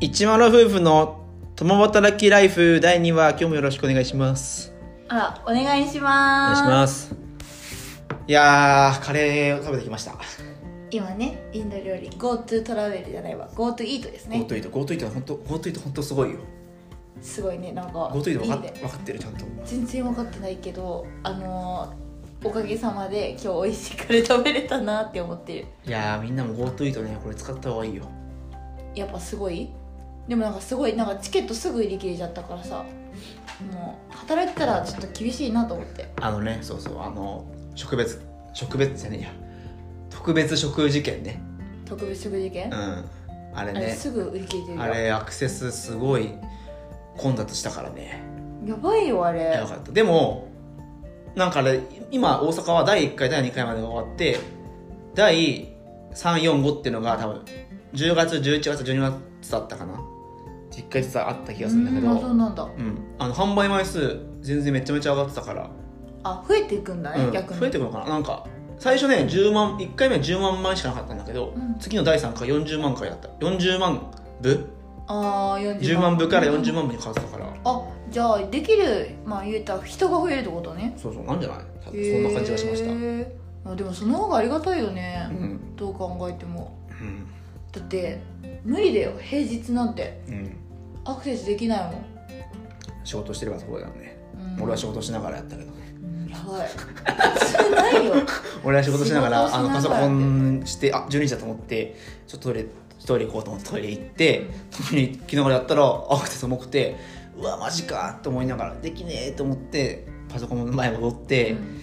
一丸夫婦の共働きライフ第2話今日もよろしくお願いしますあら、お願いしお願まいす。しますいやーカレーを食べてきました今ね、インド料理、GoTo トラベルじゃないわ、GoTo イートですね。 GoTo イート GoTo イートは本当 GoTo イート本当すごいよすごいね、なんか、 GoTo イート分かいいっね分かってるちゃんと全然分かってないけど、あのーおかげさまで今日美味しいカレー食べれたなって思ってる。いやーみんなも GoTo イートねこれ使った方がいいよやっぱすごいでもなんかすごい、なんかチケットすぐ売り切れちゃったからさ、もう、働いてたらちょっと厳しいなと思って。あのねそうそうあの植別植別じゃねえや特別食事券ね特別食事う券んあれあれねすぐ売り切れてるよ。あれアクセスすごい混雑したからねやばいよ、あれや。ばかったでもなんかあれ今大阪は第1回第2回までが終わって第345っていうのが多分10月11月12月だったかな1回ずつあった気がするんだけうどあそうなんだ。うん、あの販売枚数全然めちゃめちゃ上がってたから、あ、増えていくんだね、うん逆に。増えてくのかななんか最初ね10万1回目は10万枚しかなかったんだけど、うん次の第3回40万回だった40万部ああ、40 10万部から40万部に変わってたから、あじゃあできるまあ言うたら人が増えるってことねそうそうなんじゃない多分そんな感じがしました、へーあでもその方がありがたいよね、うんどう考えてもうんだって無理だよ平日なんてうんアクセスできないも仕事してればそうだよね、ん、うん、俺は仕事しながらやったけどねうんやばい普通ないよ俺は仕事しながら仕事あしのながらパソコンしてあ12時だと思ってちょっとトイレトイレ行こうと思ってトイレ行ってトイレ行きながらやったらアクセス重くてうわマジかと思いながらできねえと思ってパソコンの前戻って、うん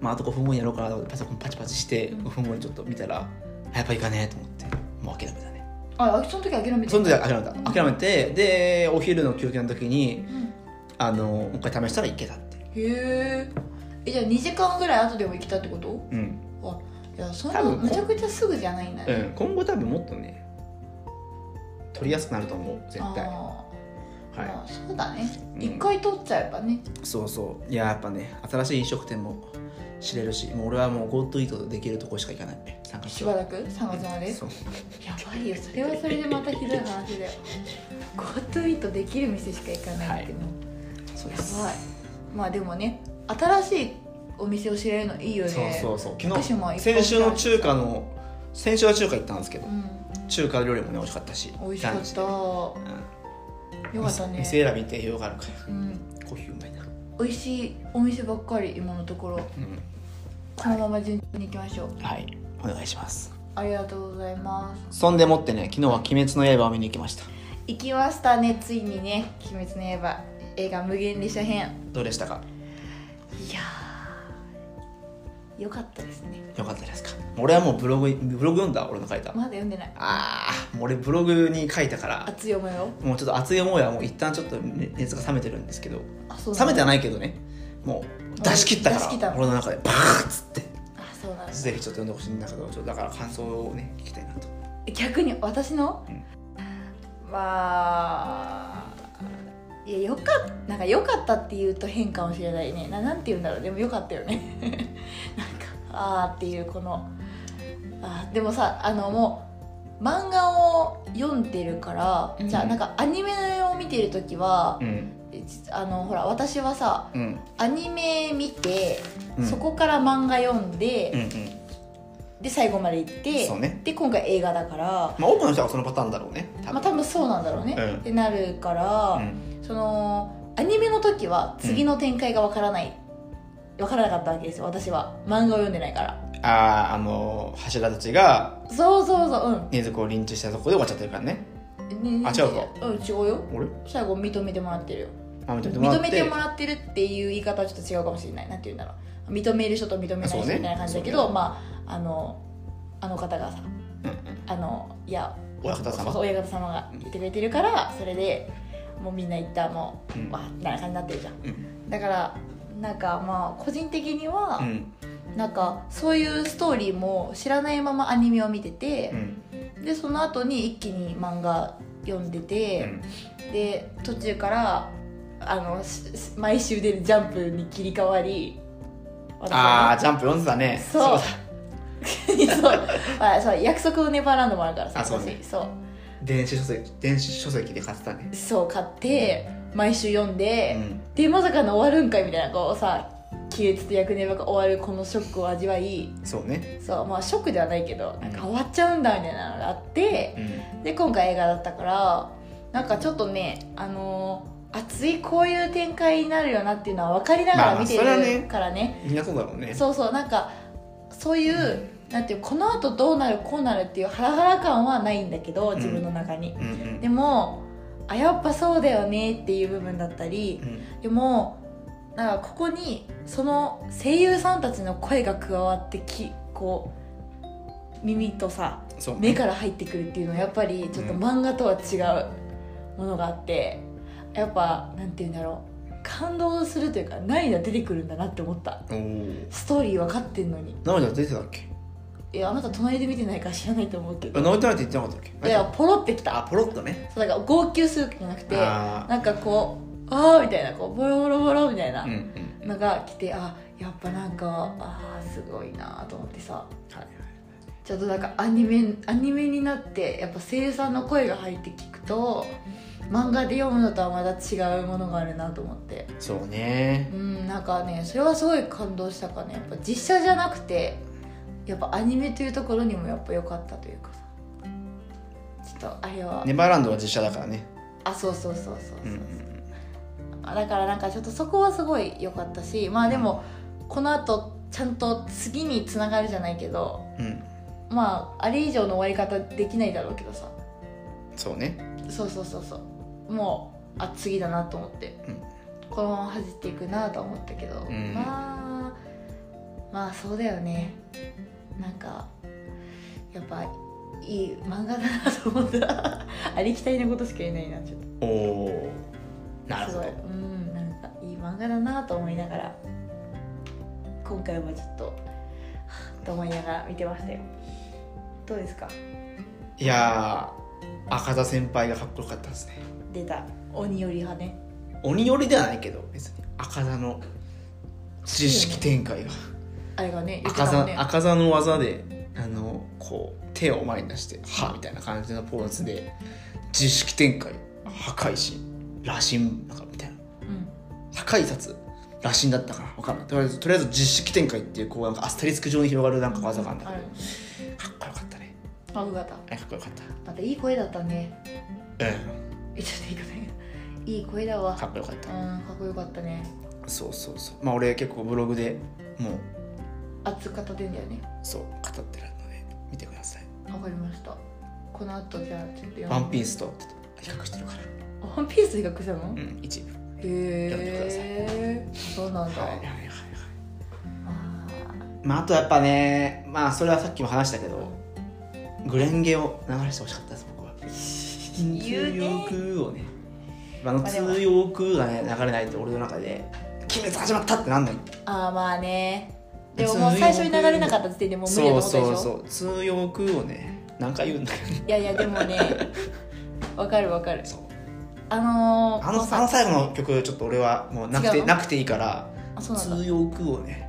まあ、あと5分後にやろうかなと思ってパソコンパチパチしてうん5分後にちょっと見たらあやっぱ行かねえと思ってもう諦めたねああその時諦めてその時は諦めたうん諦めてでお昼の休憩の時にうんあのもう一回試したらいけたっていうへーえじゃあ2時間ぐらい後でも行きたってことうんいやそん多な分こむちゃくちゃすぐじゃないんだね、うん、今後多分もっとね取りやすくなると思う絶対はあー、まあそうだね、うん一回取っちゃえばねいそうそういややっぱね新しい飲食店も知れるしもう俺はもう GoTo イートできるとこしか行かない参加しばらく3月までそうやばいよそれはそれでまたひどい話だよ GoTo イートできる店しか行かないってもう、そうでやすばいまあでもね新しいお店を知れるのいいよねそうそうそう昨福島いっぱ日い先週の中華の先週は中華行ったんですけどう中華料理もね美味しかったしん美味しかったよランチうんかった店ね、店選びに定評があるからうん、コーヒーうまいな美味しいお店ばっかり今のところうんこのまま順調に行きましょうはいお願いしますありがとうございますそんでもってね昨日は「鬼滅の刃」を見に行きました行きましたねついにね「鬼滅の刃」映画「無限列車編どうでしたか」いやーよかったですねよかったですか俺はもうブログブログ読んだ俺の書いたまだ読んでないあーもう俺ブログに書いたから熱い思いをもうちょっと熱い思いはもう一旦ちょっとね熱が冷めてるんですけどあそう冷めてはないないけどねもう出し切った出し切かっらた俺の中でパーッつってあそうなんだぜひちょっと読んでほしいんだけどちょっとだから感想をね聞きたいなと逆に私の、うんまあいやよかっなんか良かったって言うと変かもしれないねななんて言うんだろうでも良かったよね なんかあーっていうこのあーでもさあのもう漫画を読んでるから、うんじゃあなんかアニメを見てる時はう、んあのほら私はさうんアニメ見て、うんそこから漫画読んで、うんうんで最後まで行ってそうねで今回映画だから、まあ多くの人はそのパターンだろうね多分,、まあ、多分そうなんだろうね、うんってなるから、そのアニメの時は次の展開がわからない、わからなかったわけですよ私は漫画を読んでないからうん、あああの柱たちがそうそうそう禰豆子をリンチしたとこで終わっちゃってるからねうん、ねあ違うかうん違うよ俺最後認めてもらってるよあ認めてもら認ってめてもらってるっていう言い方はちょっと違うかもしれないなんて言うんだろう認める人と認めないそ人うみねたいな感じだけど、まああのあの方がさうんうんあのいや親方そう様そう親方様が言ってくれてるからそれでもうみんな一旦もう、うんわみたいな感じになってるじゃんうんだからなんかまあ個人的にうは、んなんかそういうストーリーも知らないままアニメを見てうて、んでその後に一気に漫画読んでうて、んで途中からあのしし毎週出る「ジャンプ」に切り替わり私あはあジャンプ読んでたね そうそうあそう約束をネバーランドもあるからさあそうね私そう電子書籍電子書籍で買ってたねそう買って毎週読んで、うんでまさかの終わるんかいみたいなこうさ亀裂と役年ばが終わるこのショックを味わいそうねそうまあショックではないけどなんかうん終わっちゃうんだみたいなのがあってうんで今回映画だったからなんかちょっとねあのー熱いこういう展開になるよなっていうのは分かりながまあらまあ見てそれはねるからね,、みんなそうだろうねそうそうなんかそういう、なんていうこのあとどうなるこうなるっていうハラハラ感はないんだけど自分の中に、うんうんでもあやっぱそうだよねっていう部分だったりうんでもなんかここにその声優さんたちの声が加わってきこう耳とさそうね目から入ってくるっていうのはやっぱりちょっと漫画とは違うものがあってやっぱなんて言うんだろう感動するというか涙出てくるんだなって思ったおおストーリー分かってんのに涙出てたっけいやあなた隣で見てないから知らないと思うけどあ涙出てなかったっけいやポロってきあたポロッとねそうだから号泣するじゃなくてあなんかこうああみたいなこうボロボロボロみたいあなうんうんのが来てあやっぱなんかあーすごいなと思ってさはいはいちょっとなんかアニメアニメになってやっぱ声優さんの声が入って聞くと漫画で読むのとはまた違うものがあるなと思ってそうねうんなんかねそれはすごい感動したかねやっぱ実写じゃなくてやっぱアニメというところにもやっぱ良かったというかさちょっとあれは、ネバーランドは実写だからねあそうそうそうそううそんううそうんあだからなんかちょっとそこはすごい良かったしまあでもこのあとちゃんと次につながるじゃないけどうんうんまああれ以上の終わり方できないだろうけどさそうねそうそうそうそうもうあ次だなと思って、うんこのまま走っていくなと思ったけど、うんまあまあそうだよねなんかやっぱいい漫画だなと思った ありきたりなことしか言えないなちょっと。おおなるすほごいどうんなんかいい漫画だなと思いながら今回もちょっとはぁと思いながら見てましたよどうですかいやー赤田先輩がかっこよかったですね出た鬼より派ね鬼寄りではないけど別に赤座の知識展開が、あれがね言って赤たも座んね赤座の技であのこう手を前に出して「は」みたいな感じのポーズで知識展開破壊し羅針なんかみたいなうん破壊札羅針だったかな分かんないとりあえずとりあえず実式展開っていうこうなんかアスタリスク状に広がるなんか技があるんだあけるど、かっこよかったねあよかったあれかっこよかっまたいい声だったねたうんえちょっといいかねいい声だわかっこよかっうんた、かっこよかったねそうそうそうまあ俺結構ブログでもう熱く語ってんだよねそう語ってるので見てくださいわかりましたこの後じゃあちょっと読んでワンピースと比較してるから。ワンピース比較したの、うへん、一部。えそうなんだ、はいはいはいはい。あーまあ、あとやっぱね、まあ、それはさっきも話したけど、グレンゲを流してほしかったです、僕は。言うね通用句をね。あの通用句がね、流れないと俺の中で、鬼滅始まったってなんない。ああまあねでももう最初に流れなかった時点でもう無理だそとう思ったでしそうょそう。通用句をね、何回言うんだけど ね。いやいや でもねわかるわかるそうあのー、あのあの最後の曲、ちょっと俺はもうなく違うてのなくていいから、あそうなん通だ用句をね。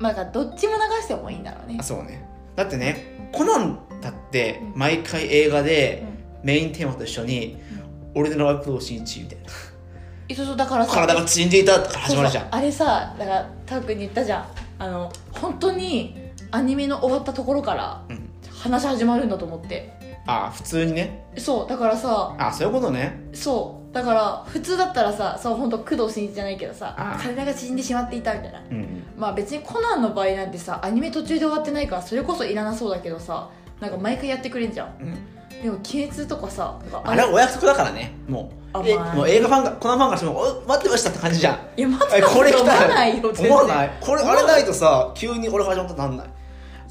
まあなんかどっちも流してもいいんだろうねあそうねだってねコナンだって毎回映画でメインテーマと一緒に「俺のラブプロ真一」みたいなえそうそうだからさ体が縮んでいたから始まるじゃそうんそうあれさだからタく君に言ったじゃんあの本当にアニメの終わったところからうん話始まるんだと思ってあ普通にねそうだからさあそういうことねそうだから普通だったらさそう本当工藤新一じゃないけどあさー体が縮んでしまっていたみたいなうんまあ別にコナンの場合なんてさアニメ途中で終わってないからそれこそいらなそうだけどさなんか毎回やってくれんじゃんうんでも鬼滅とかさなんかあれはお約束だからねもあうえまあもう映画ファンがコナンファンからしてもお「待ってました」って感じじゃんいや待ってえこれ来思たわらないよ思わないいこれあれないとさ急に俺が始まったってなんない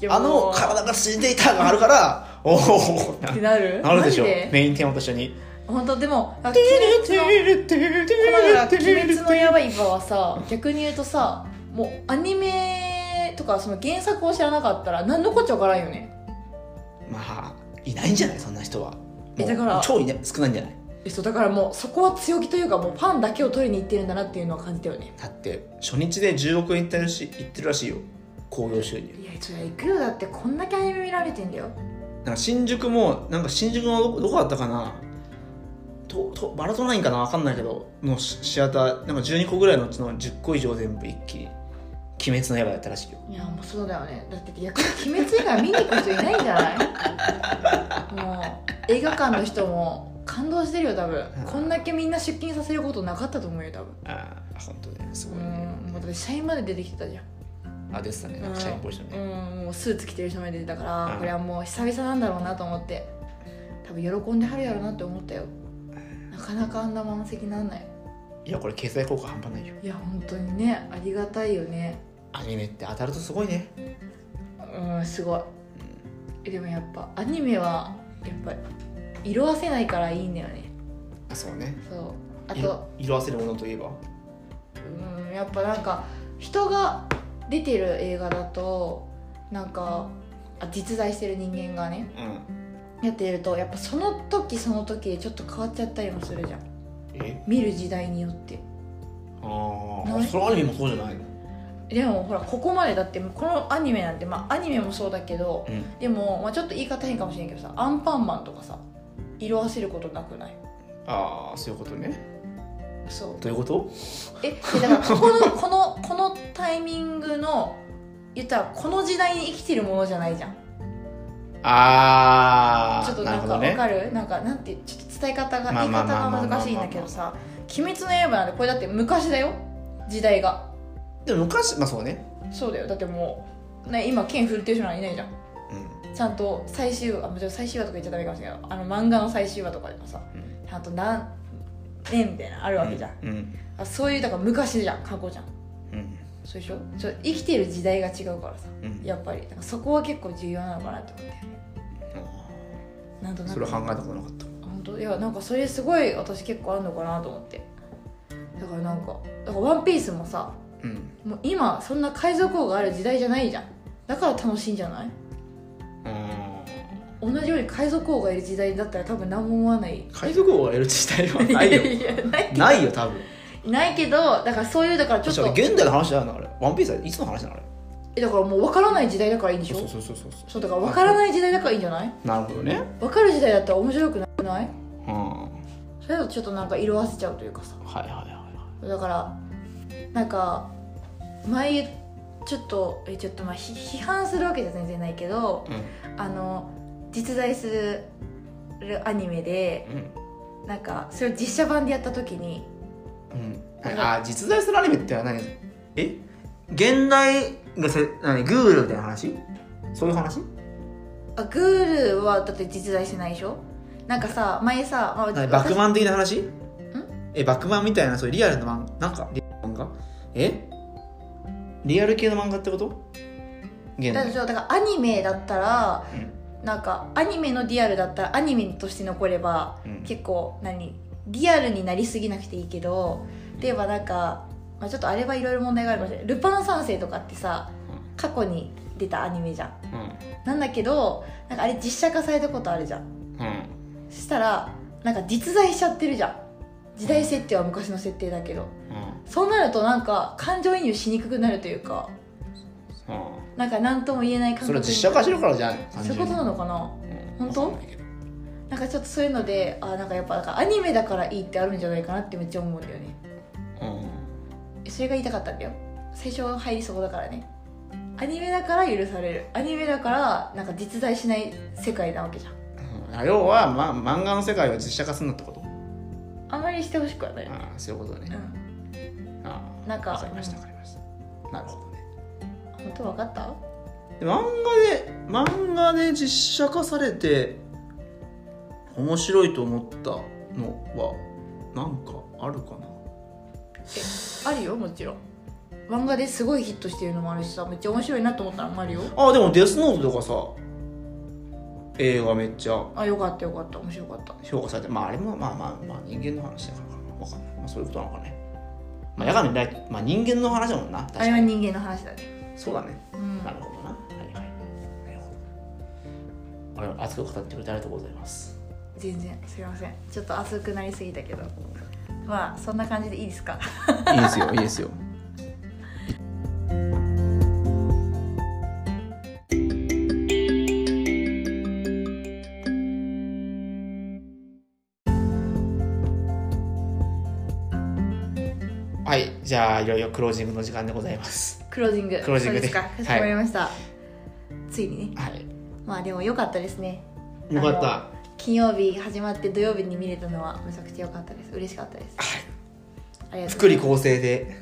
あの「っ体が縮んでいた」がある からおおてなるなるでしょマジでメインテーマと一緒に本当でも「 「あ鬼滅の」だから鬼滅ののやばい場はさ逆に言うとさもうアニメとかその原作を知らなかったら何のこっちゃわからんよねまあいないんじゃないそんな人はえもうだから超いない少ないんじゃないえそうだからもうそこは強気というかもうファンだけを取りに行ってるんだなっていうのは感じたよねだって初日で10億円いってるしいってるらしいよ興行収入いやそりゃ行くよだってこんだけアニメ見られてんだよなんか新宿もなんか新宿のどこどこだったかなととバラトナインかなわかんないけどのシシアターなんか12個ぐらいのうちの10個以上全部一気に「鬼滅の刃」やったらしいよいやもうそうだよねだって逆に鬼滅以外見に行く人いないんじゃないもう映画館の人も感動してるよ多分こんだけみんな出勤させることなかったと思うよ多分ああ本当ねすうごいねんもうだって社員まで出てきてたじゃんあ出てたねなんか社員っぽい人うねんもうスーツ着てる人まで出てたから、うんこれはもう久々なんだろうなと思って多分喜んではるやろうなって思ったよなかなかあんな満席なんないいやこれ経済効果半端ないよいや本当にねありがたいよねアニメって当たるとすごいねうんすごいえでもやっぱアニメはやっぱ色あせないからいいんだよねあそうねそうあと色色あせるものといえばうんやっぱなんか人が出てる映画だとなんかあ実在してる人間がねうんやってるとやっぱその時その時でちょっと変わっちゃったりもするじゃんえ見る時代によってあなあいそれアニメもそうじゃないのでもほらここまでだってこのアニメなんてまあアニメもそうだけどうんでも、まあ、ちょっと言い方変かもしれんけどさアンパンマンとかさ色あせることなくないああそういうことねそうどういうことえでだからここの このこのタイミングの言ったらこの時代に生きてるものじゃないじゃんああちょっとなんかわかるなんかなんてちょっと伝え方がま言あいまあ方まあがまあ難しいんだけどさ「鬼滅の刃」なんてこれだって昔だよ時代がでも昔まあそうねそうだよだってもう、ね、今剣振るってる人なんかいないじゃんうんちゃんと最終話あもちろん最終話とか言っちゃダメかもしれないけどあの漫画の最終話とかでもさうんちゃんと何年みたいなのあるわけじゃん、うんあそういうだから昔じゃん過去じゃんうんそうでしょちょ生きてる時代が違うからさうんやっぱりだからそこは結構重要なのかなって思ってなんとなくそれは考えたことなかった本当いやなんかそれすごい私結構あるのかなと思ってだからなんかだからワンピースもさうんもう今そんな海賊王がある時代じゃないじゃんだから楽しいんじゃないうん同じように海賊王がいる時代だったら多分何も思わない海賊王がやる時代はないよや ないけ どないよ多分ないけどだからそういうだからちちょょっっとと現代の話だよなあれワンピースはいつの話なのあれえだからもう分からない時代だからいいんでしょそうそうそうそうそそうだから分からない時代だからいいんじゃないうなるほどね分かる時代だったら面白くなくないうんそれだとちょっとなんか色あせちゃうというかさはいはいはだからなんか前ちょっとえちょっとまあひ批判するわけじゃ全然ないけどいはいあの実在するアニメでうんうんなんかそれを実写版でやった時にうん、ああ実在するアニメってのは何え現代がせ何グールみたいな話そういう話あグールはだって実在してないでしょなんかさ前さ、まあ、何私バックマン的な話えバックマンみたいなそういうリアルな漫画なんかリアルな漫画えリアル系の漫画ってこと現だ代からそうだからアニメだったらなんかアニメのリアルだったらアニメとして残ればうんうん結構何リアルになりすぎなくていいけど例えばなんか、まあ、ちょっとあれはいろいろ問題があるかもしれない「ルパン三世」とかってさ過去に出たアニメじゃんなんだけどなんかあれ実写化されたことあるじゃんうんそしたらなんか実在しちゃってるじゃん時代設定は昔の設定だけどうんそうなるとなんか感情移入しにくくなるというかうんなんか何とも言えない感覚それは実写化してるからじゃないそういうことなのかな単純に本当わかんないけどなんかちょっとそういうのであなんかやっぱなんかアニメだからいいってあるんじゃないかなってめっちゃ思うんだよねうんそれが言いたかったんだよ最初入りそこだからねアニメだから許されるアニメだからなんか実在しない世界なわけじゃんうんあ要は、ま、漫画の世界を実写化するんだってことあんまりしてほしくはない、ああそういうことうね、ん、ああなんかわかりましたわかりましたなるほどね本当わかったで漫画で漫画で実写化されて面白いと思ったのはなんかあるかなあるよもちろん漫画ですごいヒットしてるのもあるしさめっちゃ面白いなと思ったのもあるよあでも「デスノート」とかさ映画めっちゃあよかったよかった面白かった評価されてまああれもまあまあまあ人間の話だからかなわかんない、まあ、そういうことなのかねまあ矢神ライトまあ人間の話だもんな確あかれはに人間の話だねそうだねうんなるほどなはいはいなるほどあれ熱く語ってくれてありがとうございます全然すいませんちょっと熱くなりすぎたけどまあそんな感じでいいですか いいですよいいですよはいじゃあいろいろクロージングの時間でございますクロージングクロージングでそうですかかしこまりました、ついにねはいまあでも良かったですねよかっあた金曜日始まって土曜日に見れたのはめちゃくちゃ良かったです嬉しかったですありがとう福利厚生で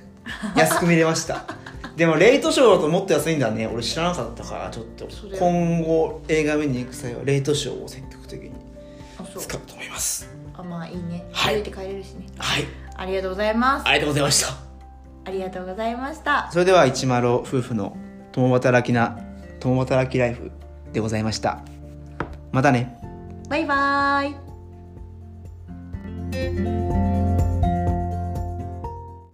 安く見れました でもレイトショーだともっと安いんだね俺知らなかったからちょっとそれ今後映画見に行く際はレイトショーを積極的にあそう使うと思いますあまあいいねはい歩いて帰れるしねはいありがとうございますありがとうございましたありがとうございましたそれでは一丸夫婦の共働きな共働きライフでございましたまたねバイバーイ